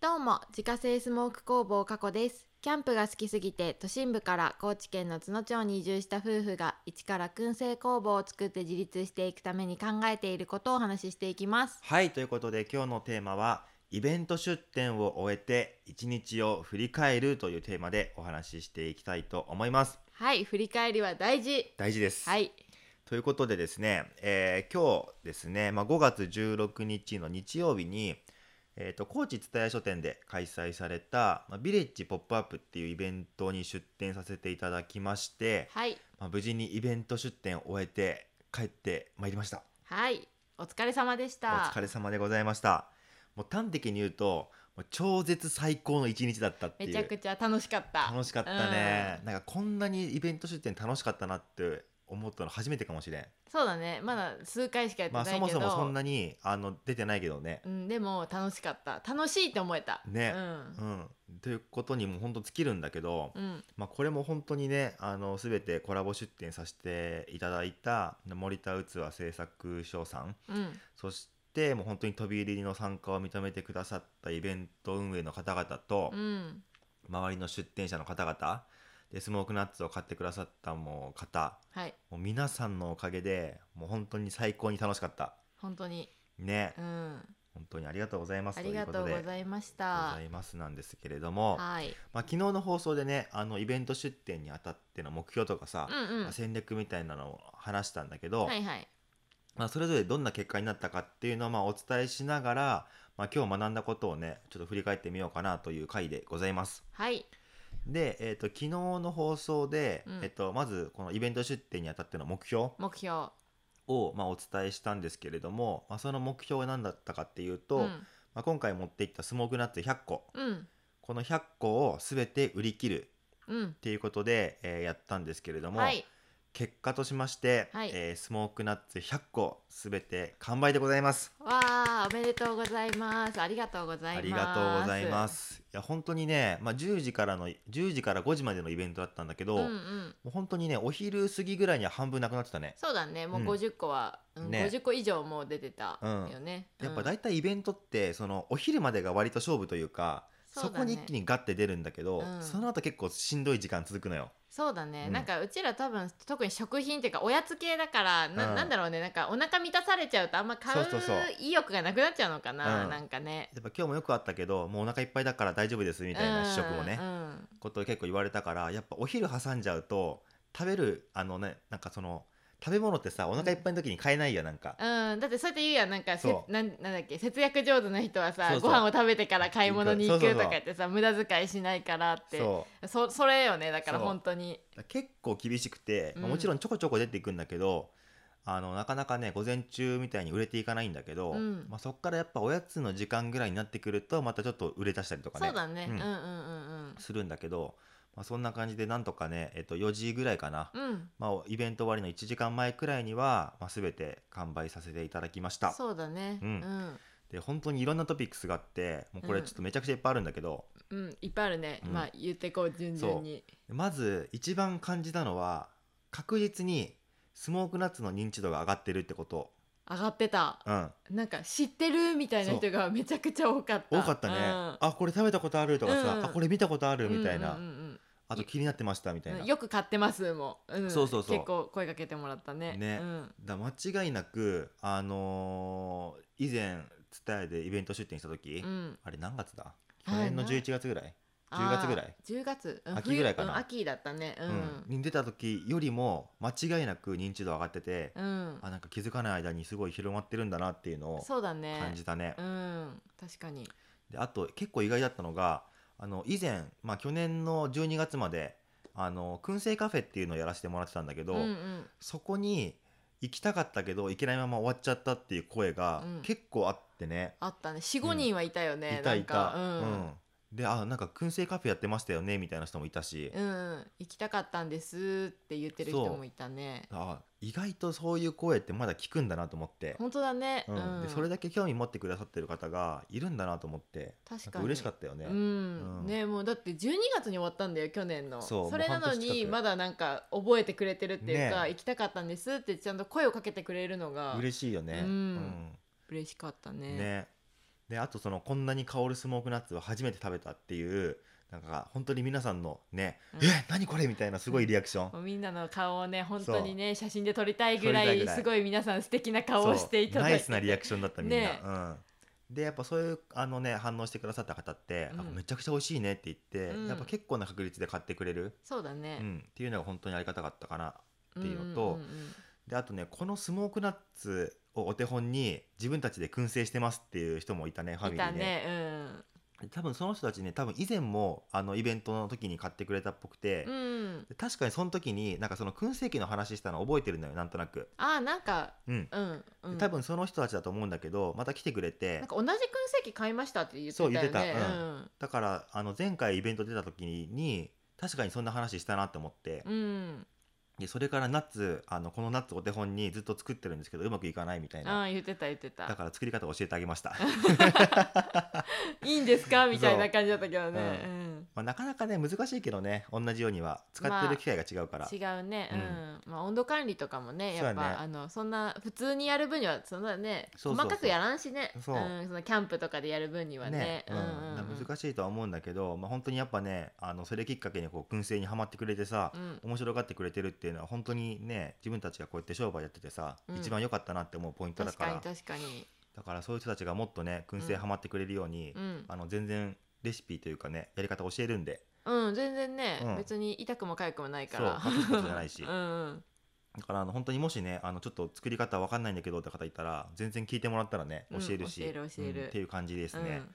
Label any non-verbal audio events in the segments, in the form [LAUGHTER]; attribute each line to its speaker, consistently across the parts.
Speaker 1: どうも自家製スモーク工房加古ですキャンプが好きすぎて都心部から高知県の津野町に移住した夫婦が一から燻製工房を作って自立していくために考えていることをお話ししていきます
Speaker 2: はい、ということで今日のテーマは、イベント出店を終えて一日を振り返るというテーマでお話ししていきたいと思います。
Speaker 1: はい振り返りは大事
Speaker 2: 大事です。
Speaker 1: はい
Speaker 2: ということでですね、えー今日ですね、まあ、5月16日の日曜日に、えー、と高知蔦屋書店で開催された、まあ、ビレッジポップアップっていうイベントに出店させていただきまして、
Speaker 1: はい
Speaker 2: まあ、無事にイベント出店を終えて帰ってまいりました。
Speaker 1: はいお疲れ様でし
Speaker 2: お
Speaker 1: た
Speaker 2: 疲れ様でございました。もう端的に言うと、もう超絶最高の一日だったってい
Speaker 1: め
Speaker 2: う。
Speaker 1: ちゃくちゃ楽しかった
Speaker 2: 楽しかったね。なんかこんなにイベント出店楽しかったなって思ったの初めてかもしれん。
Speaker 1: そうだねまだ数回しかやって
Speaker 2: ま
Speaker 1: な
Speaker 2: あ
Speaker 1: いけど、
Speaker 2: そもそもそんなにあの出てないけどね。
Speaker 1: うん、でも楽しかった楽しいって思えた
Speaker 2: ね
Speaker 1: うん
Speaker 2: うん。ということにもう本当尽きるんだけど、
Speaker 1: うん、
Speaker 2: まあこれも本当にね、あの全てコラボ出店させていただいた森田うつわ製作所さん
Speaker 1: うん、
Speaker 2: そしてもう本当に飛び入りの参加を認めてくださったイベント運営の方々と、
Speaker 1: うん、
Speaker 2: 周りの出店者の方々でスモークナッツを買ってくださったもう方
Speaker 1: はい、
Speaker 2: もう皆さんのおかげでもう本当に最高に楽しかった
Speaker 1: 本当に、
Speaker 2: ね、
Speaker 1: うん、
Speaker 2: 本当にありがとうございます
Speaker 1: あ
Speaker 2: とい
Speaker 1: り
Speaker 2: う
Speaker 1: が
Speaker 2: ことと
Speaker 1: う
Speaker 2: で
Speaker 1: ございまし
Speaker 2: ご
Speaker 1: た
Speaker 2: ざ。いますなんですけれども、まあ、
Speaker 1: はい、
Speaker 2: 昨日の放送でねあのイベント出店にあたっての目標とかさ
Speaker 1: う、んうん、
Speaker 2: まあ
Speaker 1: は
Speaker 2: 戦略みたいなのを話したんだけど、
Speaker 1: いはい、
Speaker 2: まあ、それぞれどんな結果になったかっていうのをまあお伝えしながら、まあ、今日学んだことをねちょっと振り返ってみようかなという回でございます。
Speaker 1: はい、
Speaker 2: で、えー、と昨日の放送で、
Speaker 1: うん
Speaker 2: えー、とまずこのイベント出店にあたっての目標
Speaker 1: 目標
Speaker 2: を、まあ、お伝えしたんですけれども、まあ、その目標は何だったかっていうと、
Speaker 1: うん、
Speaker 2: まあ、今回持っていったスモークナッツ100個
Speaker 1: うん、
Speaker 2: この100個を全て売り切る
Speaker 1: うん
Speaker 2: っ、ていうことで、えーやったんですけれども、
Speaker 1: はい、
Speaker 2: 結果としまして、
Speaker 1: はい
Speaker 2: えースモークナッツ100個全て完売でございます。
Speaker 1: わあ、おめでとうございます。ありがとうございます。。
Speaker 2: ありがとうございますす。いや本当にね、まあ、10時からの10時から5時までのイベントだったんだけど、
Speaker 1: うんう
Speaker 2: も
Speaker 1: ん、
Speaker 2: う本当にねお昼過ぎぐらいには半分なくなってたね。
Speaker 1: そうだね、もう
Speaker 2: うん
Speaker 1: 五十個は、うん、
Speaker 2: ね
Speaker 1: 五十個以上もう出てたよね。
Speaker 2: やっ
Speaker 1: う
Speaker 2: ぱ
Speaker 1: ん
Speaker 2: 大体イベントってそのお昼までが割と勝負というかそ
Speaker 1: そうだ
Speaker 2: こに
Speaker 1: ね
Speaker 2: 一気にガッて出るんだけど、
Speaker 1: うん
Speaker 2: その後結構しんどい時間続くのよ。
Speaker 1: そうだね、
Speaker 2: うん
Speaker 1: なんかうちら多分特に食品っていうかおやつ系だからな,、
Speaker 2: うん
Speaker 1: ん、なんだろうねなんかお腹満たされちゃうとあんま買う
Speaker 2: そうそうそう
Speaker 1: 意欲がなくなっちゃうのかな、
Speaker 2: うん
Speaker 1: なんかね
Speaker 2: やっぱ今日もよくあったけどもうお腹いっぱいだから大丈夫ですみ
Speaker 1: み
Speaker 2: たいな試食もね、
Speaker 1: うん
Speaker 2: ことを結構言われたからやっぱお昼挟んじゃうと食べるあのねなんかその食べ物ってさお腹いっぱいの時に買えないよなんか、
Speaker 1: うん、だってそうやって言うやんなんかせ
Speaker 2: そう
Speaker 1: なんなんだっけ節約上手な人はさ
Speaker 2: そうそう
Speaker 1: ご飯を食べてから買い物に行
Speaker 2: そう
Speaker 1: く
Speaker 2: そう
Speaker 1: と
Speaker 2: そ
Speaker 1: か
Speaker 2: う
Speaker 1: 言ってさ無駄遣いしないからって
Speaker 2: そう
Speaker 1: そそれよねだから
Speaker 2: そう
Speaker 1: 本当に
Speaker 2: だから結構厳しくて、まあ
Speaker 1: うん
Speaker 2: もちろんちょこちょこ出ていくんだけどあのなかなかね午前中みたいに売れていかないんだけど、
Speaker 1: うん
Speaker 2: まあ、そこからやっぱおやつの時間ぐらいになってくるとまたちょっと売れ出したりとか
Speaker 1: そう,、
Speaker 2: ね
Speaker 1: だね、う、
Speaker 2: う
Speaker 1: うん
Speaker 2: んん
Speaker 1: うんうん
Speaker 2: するんだけど、まあ、そんな感じでなんとかね、えっと、4時ぐらいかな、
Speaker 1: うん
Speaker 2: まあ、イベント終わりの1時間前くらいには、まあ、全て完売させていただきました
Speaker 1: そうだねう
Speaker 2: うんん、で本当にいろんなトピックスがあってもうこれちょっとめちゃくちゃいっぱいあるんだけど、
Speaker 1: うんいっぱいあるね、
Speaker 2: うん
Speaker 1: まあ言ってこう順々に
Speaker 2: まず一番感じたのは確実にスモークナッツの認知度が上がってるってこと。
Speaker 1: 上がってた
Speaker 2: うん
Speaker 1: なんか知ってるみたいな人がめちゃくちゃ多かった
Speaker 2: 多かったね、あこれ食べたことあるとかさ、
Speaker 1: うん
Speaker 2: あこれ見たことあ
Speaker 1: う
Speaker 2: る
Speaker 1: ん
Speaker 2: みたいな、
Speaker 1: うんうん
Speaker 2: あと気になってましたみた
Speaker 1: う
Speaker 2: い
Speaker 1: ん
Speaker 2: な、
Speaker 1: うんよく買ってますもん、ん
Speaker 2: そうそうそう
Speaker 1: 結構声かけてもらったね
Speaker 2: ね
Speaker 1: うん
Speaker 2: だ間違いなくあのー以前 TSUTAYA でイベント出店した時、
Speaker 1: うん
Speaker 2: あれ何月だ
Speaker 1: あ
Speaker 2: 去年の
Speaker 1: な
Speaker 2: 11月ぐらい、
Speaker 1: あー
Speaker 2: 10月ぐらい
Speaker 1: 10月、うん
Speaker 2: 秋ぐらいかな
Speaker 1: 冬うん秋だったね
Speaker 2: うんに出た時よりも間違いなく認知度上がってて、
Speaker 1: うん、うん
Speaker 2: あなんか気づかない間にすごい広まってるんだなっていうのを
Speaker 1: そうだね
Speaker 2: 感じたね
Speaker 1: うん確かに
Speaker 2: であと結構意外だったのがあの以前、まあ、去年の12月まであの燻製カフェっていうのをやらせてもらってたんだけど、
Speaker 1: うんうん
Speaker 2: そこに行きたかったけど行けないまま終わっちゃったっていう声が
Speaker 1: うん
Speaker 2: 結構あってね、
Speaker 1: あったね45人はいたよね、
Speaker 2: いた
Speaker 1: なん
Speaker 2: いた、
Speaker 1: かうん、うん
Speaker 2: うんであなんか燻製カフェやってましたよねみたいな人もいたし、
Speaker 1: うん行きたかったんですって言ってる人もいたね
Speaker 2: あ意外とそういう声ってまだ聞くんだなと思って、
Speaker 1: 本当だね、
Speaker 2: う
Speaker 1: うんん
Speaker 2: でそれだけ興味持ってくださってる方がいるんだなと思って
Speaker 1: 確かに
Speaker 2: なんか嬉しかったよね、
Speaker 1: うん
Speaker 2: うん
Speaker 1: ねもうだって12月に終わったんだよ去年の
Speaker 2: そう
Speaker 1: れなの
Speaker 2: もう半年
Speaker 1: に
Speaker 2: 近く
Speaker 1: まだなんか覚えてくれてるっていうか、
Speaker 2: ね
Speaker 1: 行きたかったんですってちゃんと声をかけてくれるのが
Speaker 2: 嬉しいよね、
Speaker 1: うん
Speaker 2: うん
Speaker 1: 嬉しかったね
Speaker 2: ねであとそのこんなに香るスモークナッツを初めて食べたっていうなんか本当に皆さんのね
Speaker 1: う
Speaker 2: 「
Speaker 1: ん
Speaker 2: え何これ?」みたいなすごいリアクション
Speaker 1: もうみんなの顔をね本当にね写真で撮りたいぐら
Speaker 2: 撮りたい
Speaker 1: い
Speaker 2: ぐらい
Speaker 1: すごい皆さん素敵な顔をしていただ
Speaker 2: そうナ
Speaker 1: い
Speaker 2: イスな
Speaker 1: て
Speaker 2: リアクションだったみんな、
Speaker 1: ね
Speaker 2: うん、でやっぱそういうあのね反応してくださった方って、
Speaker 1: うん
Speaker 2: あめちゃくちゃ美味しいねって言って、
Speaker 1: うん
Speaker 2: やっぱ結構な確率で買ってくれる、
Speaker 1: そうだ
Speaker 2: う
Speaker 1: ね、
Speaker 2: ん、っていうのが本当にありがたかったかな
Speaker 1: うん
Speaker 2: っていうのと
Speaker 1: んうんうん
Speaker 2: であとねこのスモークナッツをお手本に自分たちで燻製してますっていう人もいたねフ
Speaker 1: い
Speaker 2: ァミリ
Speaker 1: た
Speaker 2: ーで、
Speaker 1: ね
Speaker 2: 多分その人たちね多分以前もあのイベントの時に買ってくれたっぽくて、
Speaker 1: うん、うん、
Speaker 2: で確かにその時になんかその燻製機の話したの覚えてるのよなんとなく、
Speaker 1: あーなんか
Speaker 2: うん
Speaker 1: うん、うん、
Speaker 2: 多分その人たちだと思うんだけどまた来てくれて
Speaker 1: なんか同じ燻製機買いましたって言ってた
Speaker 2: そ
Speaker 1: よ
Speaker 2: う
Speaker 1: ね
Speaker 2: 言ってたう
Speaker 1: うん
Speaker 2: だからあの前回イベント出た時に確かにそんな話したなと思って、
Speaker 1: うん、
Speaker 2: でそれからナッツあのこのナッツお手本にずっと作ってるんですけどうまくいかないみたい
Speaker 1: あ
Speaker 2: な
Speaker 1: ー言ってた言って
Speaker 2: だ
Speaker 1: た
Speaker 2: から作り方を教えてあげ
Speaker 1: [LAUGHS]
Speaker 2: ました。
Speaker 1: いいんですかみたいな感じだったけどね、
Speaker 2: そううんまあ、なかなかね難しいけどね同じようには使ってる機会が違うから、
Speaker 1: 違うね、う
Speaker 2: うんん
Speaker 1: まあ、温度管理とかもねやっぱ
Speaker 2: そうやね
Speaker 1: あのそんな普通にやる分にはそんなね
Speaker 2: そうそうそう
Speaker 1: 細かくやらんしね、
Speaker 2: そうん
Speaker 1: そのキャンプとかでやる分にはね
Speaker 2: ね
Speaker 1: うんうんうん
Speaker 2: うん難しいとは思うんだけど、まあ、本当にやっぱねあのそれきっかけにこう燻製にはまってくれてさ、
Speaker 1: うん
Speaker 2: 面白がってくれてるっていうのは本当にね自分たちがこうやって商売やっててさ、
Speaker 1: うん
Speaker 2: 一番良かったなって思うポイントだ
Speaker 1: 確
Speaker 2: か
Speaker 1: かに
Speaker 2: ら
Speaker 1: 確かに、
Speaker 2: だからそういう人たちがもっとね燻製
Speaker 1: うん
Speaker 2: はまってくれるように、
Speaker 1: うん
Speaker 2: あの全然レシピというかねやり方教えるんで
Speaker 1: うん、全然ね、
Speaker 2: うん
Speaker 1: 別に痛くも痒くもないか
Speaker 2: そう勝つことじゃ
Speaker 1: ら
Speaker 2: ないし
Speaker 1: [LAUGHS] うんうん、
Speaker 2: だからあの本当にもしねあのちょっと作り方わかんないんだけどって方いたら全然聞いてもらったらね
Speaker 1: うん
Speaker 2: 教えるし、
Speaker 1: 教える教える
Speaker 2: うんっていう感じですね。
Speaker 1: うん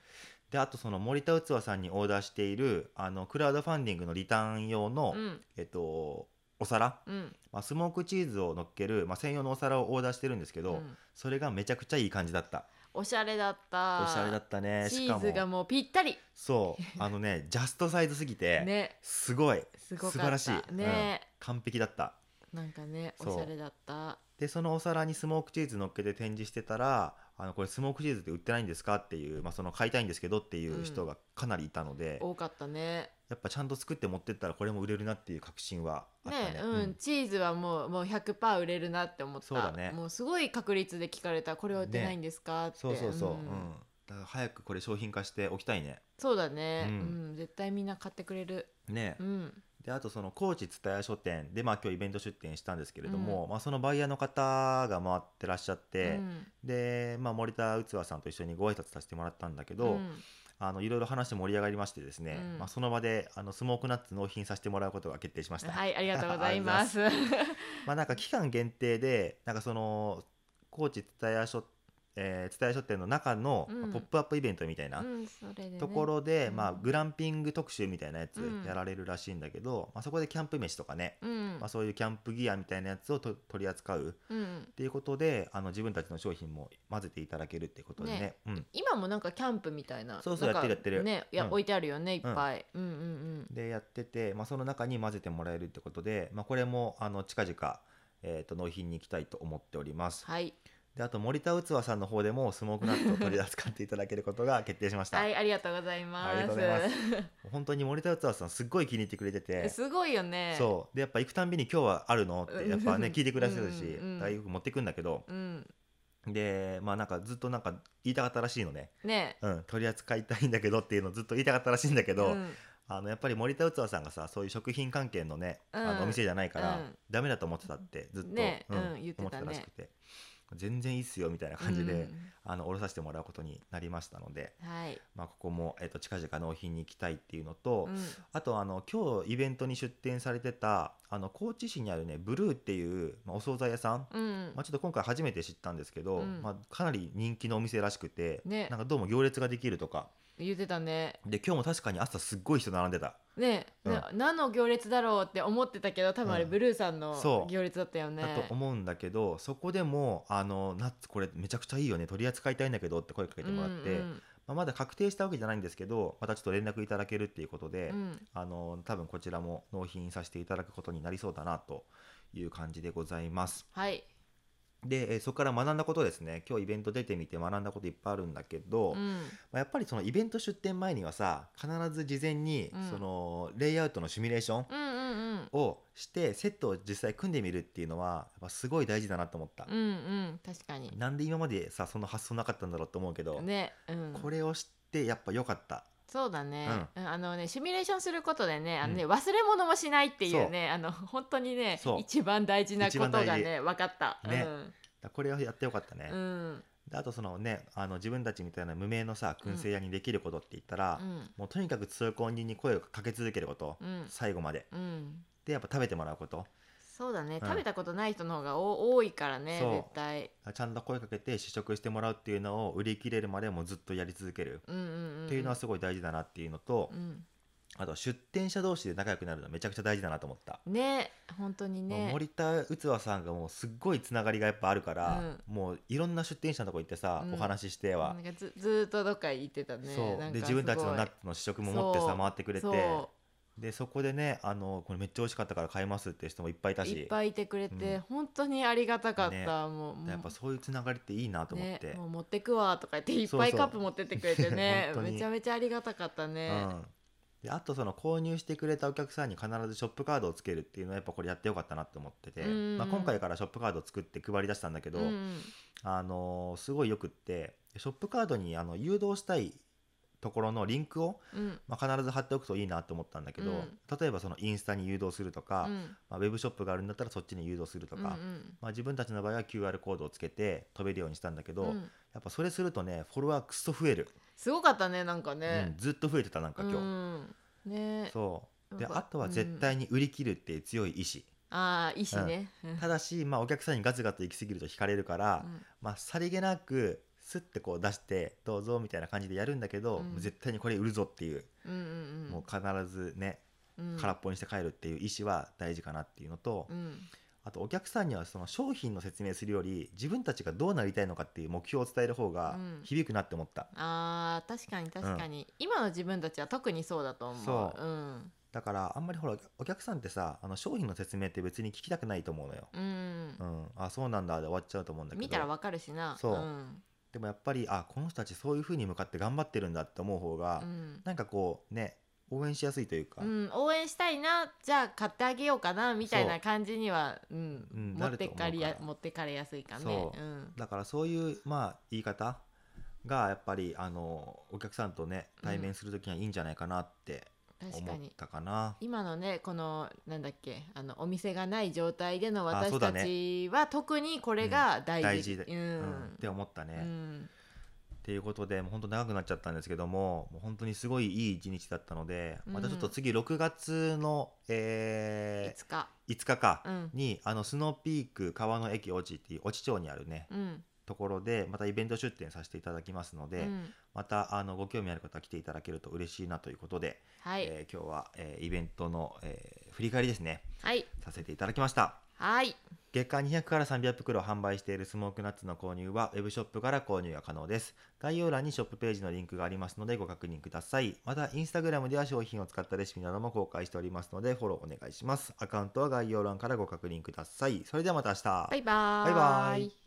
Speaker 2: であとその森田つわさんにオーダーしているあのクラウドファンディングのリターン用の、
Speaker 1: うん
Speaker 2: えっと、お皿、
Speaker 1: うん
Speaker 2: まあ、スモークチーズを乗っける、まあ、専用のお皿をオーダーしてるんですけど、
Speaker 1: うん
Speaker 2: それがめちゃくちゃいい感じだった
Speaker 1: おしゃれだった
Speaker 2: おしゃれだったね
Speaker 1: チ
Speaker 2: しか
Speaker 1: ーズが
Speaker 2: も
Speaker 1: もうぴったり
Speaker 2: そうあのねジャストサイズすぎ
Speaker 1: [LAUGHS]
Speaker 2: て、
Speaker 1: ね
Speaker 2: すごい
Speaker 1: すごかった
Speaker 2: 素晴らしい、
Speaker 1: ね
Speaker 2: うん完璧だった
Speaker 1: なんかねお
Speaker 2: そう
Speaker 1: しゃれだった
Speaker 2: でそのお皿にスモークチーズ乗っけて展示してたらあのこれスモークチーズって売ってないんですかっていう、まあ、その買いたいんですけどっていう人がかなりいたので、
Speaker 1: 多かったね
Speaker 2: やっぱちゃんと作って持ってったらこれも売れるなっていう確信はあったね
Speaker 1: ねうん、チーズはもうもう100%売れるなって思った
Speaker 2: そうだね
Speaker 1: もうすごい確率で聞かれたこれは売ってないんですか、って
Speaker 2: そうそうそう、うん
Speaker 1: ん
Speaker 2: だから早くこれ商品化しておきたいね
Speaker 1: そうだね、う
Speaker 2: うんん
Speaker 1: 絶対みんな買ってくれる
Speaker 2: ね、
Speaker 1: うん
Speaker 2: であとその高知蔦屋書店でまあ今日イベント出店したんですけれども、まあ、そのバイヤーの方が回ってらっしゃっ
Speaker 1: う
Speaker 2: て、
Speaker 1: ん
Speaker 2: で、まあ、森田うつわさんと一緒にご挨拶させてもらったんだけ
Speaker 1: う
Speaker 2: ど、
Speaker 1: ん
Speaker 2: あのいろいろ話して盛り上がりましてですね、
Speaker 1: うん
Speaker 2: まあ、その場であのスモークナッツ納品させてもらうことが決定しました、
Speaker 1: はいありがとうございます
Speaker 2: まあなんか期間限定でなんかその高知蔦屋書えー、蔦屋書店の中の
Speaker 1: うん
Speaker 2: ポップアップイベントみたいな
Speaker 1: [LAUGHS] うんそれでね
Speaker 2: ところで、
Speaker 1: うん
Speaker 2: まあ、グランピング特集みたいなやつ
Speaker 1: うん
Speaker 2: やられるらしいんだけど、まあ、そこでキャンプ飯とかね、
Speaker 1: うん
Speaker 2: まあ、そういうキャンプギアみたいなやつをと取り扱う
Speaker 1: うん
Speaker 2: っていうことであの自分たちの商品も混ぜていただけるっていうことでね
Speaker 1: ね
Speaker 2: うん、
Speaker 1: 今もなんかキャンプみたいな
Speaker 2: そうそう
Speaker 1: なんか
Speaker 2: やってるやってる
Speaker 1: ねいや、
Speaker 2: うん
Speaker 1: 置いてあるよねいっぱい、うん、うんうん
Speaker 2: でやってて、まあ、その中に混ぜてもらえるってことで、まあ、これもあの近々、えー、と納品に行きたいと思っております。
Speaker 1: はい
Speaker 2: であと森田うつわさんの方でもスモークナッツを取り扱っていただけることが [LAUGHS] 決定しました、
Speaker 1: はいありがとうございます
Speaker 2: ありがとうございます本当に森田うつわさんすっごい気に入ってくれて
Speaker 1: [LAUGHS]
Speaker 2: て
Speaker 1: すごいよね
Speaker 2: そうでやっぱ行くたんびに今日はあるのってやっぱね
Speaker 1: うん
Speaker 2: 聞いてくださるし
Speaker 1: うんうん
Speaker 2: 大学持ってくんだけど
Speaker 1: うん
Speaker 2: でまあなんかずっとなんか言いたかったらしいのね、
Speaker 1: ね
Speaker 2: うん、取り扱いたいんだけどっていうのをずっと言いたかったらしいんだけど、
Speaker 1: うん
Speaker 2: あのやっぱり森田うつわさんがさそういう食品関係のね、あ
Speaker 1: うん
Speaker 2: のお店じゃないから、
Speaker 1: うん
Speaker 2: ダメだと思ってたってずっと、
Speaker 1: ねうん言ってたね
Speaker 2: 思ってたらしくて全然いいっすよみたいな感じで、
Speaker 1: うん
Speaker 2: あの下ろさせてもらうことになりましたので、
Speaker 1: はい、
Speaker 2: まあ、ここも、えっと近々納品に行きたいっていうのと、
Speaker 1: うん
Speaker 2: あとあの今日イベントに出店されてたあの高知市にあるねブルーっていう、まあ、お惣菜屋さん、
Speaker 1: うん
Speaker 2: まあ、ちょっと今回初めて知ったんですけど、
Speaker 1: うん
Speaker 2: まあ、かなり人気のお店らしくて、
Speaker 1: ね
Speaker 2: なんかどうも行列ができるとか
Speaker 1: 言ってたね
Speaker 2: で今日も確かに朝すっごい人並んでた
Speaker 1: ね、
Speaker 2: うん
Speaker 1: な何の行列だろうって思ってたけど多分あれ
Speaker 2: うん
Speaker 1: ブルーさんの
Speaker 2: そう
Speaker 1: 行列だったよね、
Speaker 2: だと思うんだけど、そこでもあのナッツこれめちゃくちゃいいよね取り扱いたいんだけどって声かけてもらって、
Speaker 1: うん
Speaker 2: まあ、まだ確定したわけじゃないんですけどまたちょっと連絡いただけるっていうことで。
Speaker 1: うんうん
Speaker 2: あの多分こちらも納品させていただくことになりそうだなという感じでございます。
Speaker 1: はい、
Speaker 2: で、えーそこから学んだことですね今日イベント出てみて学んだこといっぱいあるんだけど、
Speaker 1: う
Speaker 2: ま
Speaker 1: ん、
Speaker 2: あ、やっぱりそのイベント出店前にはさ必ず事前に
Speaker 1: うん
Speaker 2: そのレイアウトのシミュレーション
Speaker 1: うんうんうん
Speaker 2: をしてセットを実際組んでみるっていうのはやっぱすごい大事だなと思った、
Speaker 1: うんうん確かに
Speaker 2: なんで今までさその発想なかったんだろうと思うけど、
Speaker 1: ねうん
Speaker 2: これを知ってやっぱ良かった
Speaker 1: そうだね、うんあのねシミュレーションすることでねあのね、忘れ物もしないっていうねあの本当にね
Speaker 2: そう
Speaker 1: 一番大事なこと
Speaker 2: 一
Speaker 1: が
Speaker 2: 番
Speaker 1: ね分かった、
Speaker 2: ねだこれをやって良かったね、
Speaker 1: うん、うん
Speaker 2: であとそのねあの自分たちみたいな無名のさ燻製屋にできることって言ったら、
Speaker 1: うん
Speaker 2: もうとにかく通行人に声をかけ続けること、
Speaker 1: うん
Speaker 2: 最後まで
Speaker 1: うん
Speaker 2: でやっぱ食べてもらうこと
Speaker 1: そうだね、
Speaker 2: うん
Speaker 1: 食べたことない人の方がお多いからね
Speaker 2: そう
Speaker 1: 絶対
Speaker 2: ちゃんと声かけて試食してもらうっていうのを売り切れるまでもうずっとやり続ける
Speaker 1: うんうんうん
Speaker 2: っていうのはすごい大事だなっていうのと、
Speaker 1: うん
Speaker 2: あと出店者同士で仲良くなるのめちゃくちゃ大事だなと思った、
Speaker 1: ね本当に
Speaker 2: もう
Speaker 1: ね
Speaker 2: 森田うつわさんがもうすっごいつながりがやっぱあるから、もういろんな出店者のとこ行ってさ、
Speaker 1: うん
Speaker 2: お話ししては
Speaker 1: な、んかずずーっとどっか行ってたね
Speaker 2: そう
Speaker 1: なんか
Speaker 2: で自分たちのナッ
Speaker 1: っ
Speaker 2: ツの試食も持ってさ
Speaker 1: そう
Speaker 2: 回ってくれて
Speaker 1: そ
Speaker 2: でそこでねあのこれめっちゃ美味しかったから買いますって人もいっぱいいた
Speaker 1: う
Speaker 2: し
Speaker 1: いっぱいいてくれて、
Speaker 2: うん
Speaker 1: 本当にありがたかった、
Speaker 2: ね
Speaker 1: もうもう
Speaker 2: やっぱそういうつながりっていいなと思って、
Speaker 1: ね、もう持ってくわとか言っていっぱい
Speaker 2: そうそう
Speaker 1: カップ持ってってくれてね
Speaker 2: 本当に
Speaker 1: めちゃめちゃありがたかった
Speaker 2: う
Speaker 1: ね、
Speaker 2: ん、であとその購入してくれたお客さんに必ずショップカードをつけるっていうのはやっぱこれやってよかったなって思ってて、
Speaker 1: うんうん
Speaker 2: まあ、今回からショップカードを作って配り出したんだけど、
Speaker 1: うんうん
Speaker 2: あのーすごいよくってショップカードにあの誘導したいところのリンクを、
Speaker 1: うん
Speaker 2: まあ、必ず貼っておくといいなと思ったんだけど、
Speaker 1: うん
Speaker 2: 例えばそのインスタに誘導するとか、
Speaker 1: うん
Speaker 2: まあ、ウェブショップがあるんだったらそっちに誘導するとか、
Speaker 1: うん
Speaker 2: まあ、自分たちの場合は QR コードをつけて飛べるようにしたんだけ
Speaker 1: う
Speaker 2: ど、
Speaker 1: んう
Speaker 2: や
Speaker 1: ん
Speaker 2: っぱそれするとねフォロワーくっそ増える、
Speaker 1: すごかったねなんか
Speaker 2: うん
Speaker 1: ね、
Speaker 2: ずっと増えてたなんか
Speaker 1: うん
Speaker 2: 今日、
Speaker 1: ね
Speaker 2: そうで
Speaker 1: なんか
Speaker 2: あとは絶対に売り切るっていう強い意志、
Speaker 1: ああ意思ね、うん
Speaker 2: ただし、まあ、お客さんにガツガツ行き過ぎると引かれるから、
Speaker 1: うん
Speaker 2: まあ、さりげなくスッてこう出してどうぞみたいな感じでやるんだけど、
Speaker 1: うん
Speaker 2: 絶対にこれ売るぞっていう、
Speaker 1: うんうんうん
Speaker 2: もう必ずね
Speaker 1: うん
Speaker 2: 空っぽにして帰るっていう意思は大事かなっていうのと、
Speaker 1: うん
Speaker 2: あとお客さんにはその商品の説明するより自分たちがどうなりたいのかっていう目標を伝える方が
Speaker 1: うん
Speaker 2: 響くなって思った、
Speaker 1: あー確かに確かに、今の自分たちは特にそうだと思う
Speaker 2: そうんだからあんまりほらお客さんってさあの商品の説明って別に聞きたくないと思うのよ、
Speaker 1: うん
Speaker 2: うん、あそうなんだで終わっちゃうと思うんだけど
Speaker 1: 見たらわかるしな
Speaker 2: そうんでもやっぱりあこの人たちそういう風に向かって頑張ってるんだって思う方が、
Speaker 1: うん
Speaker 2: なんかこうね応援しやすいというか、
Speaker 1: うん、応援したいなじゃあ買ってあげようかなみたいな感じにはう、、
Speaker 2: うんん
Speaker 1: 持
Speaker 2: な
Speaker 1: っ
Speaker 2: ると
Speaker 1: て
Speaker 2: 思う
Speaker 1: かりや
Speaker 2: から
Speaker 1: 持ってかれやすいかね
Speaker 2: そう
Speaker 1: うん
Speaker 2: だからそういうまあ言い方がやっぱりあのお客さんとね対面する時にはいいんじゃないかなって
Speaker 1: 確
Speaker 2: 思
Speaker 1: か
Speaker 2: っ
Speaker 1: に
Speaker 2: たかな。
Speaker 1: 今のねこのなんだっけあのお店がない状態での
Speaker 2: あそ
Speaker 1: 私
Speaker 2: うだ
Speaker 1: た
Speaker 2: ね
Speaker 1: ちは、特にこれが大事
Speaker 2: 大事で、
Speaker 1: うん
Speaker 2: うんって思ったね。
Speaker 1: う
Speaker 2: っ
Speaker 1: ん
Speaker 2: ていうことでもう本当長くなっちゃったんですけどももう本当にすごいいい一日だったので、またちょっと次6月の、
Speaker 1: い
Speaker 2: え
Speaker 1: つか
Speaker 2: ー5日か
Speaker 1: うん
Speaker 2: に、あのスノーピーク川の駅越智っていう越智町にあるね
Speaker 1: うん
Speaker 2: ところでまたイベント出店させていただきますの
Speaker 1: う
Speaker 2: で、
Speaker 1: ん
Speaker 2: またあのご興味ある方は来ていただけると嬉しいなということで、
Speaker 1: はい、
Speaker 2: えー今日は、えーイベントの、えー振り返りですね
Speaker 1: はい
Speaker 2: させていただきました
Speaker 1: はい
Speaker 2: 月間200から300袋を販売しているスモークナッツの購入はウェブショップから購入が可能です概要欄にショップページのリンクがありますのでご確認くださいまたインスタグラムでは商品を使ったレシピなども公開しておりますのでフォローお願いしますアカウントは概要欄からご確認くださいそれではまた明日
Speaker 1: バイバー
Speaker 2: バイバーイ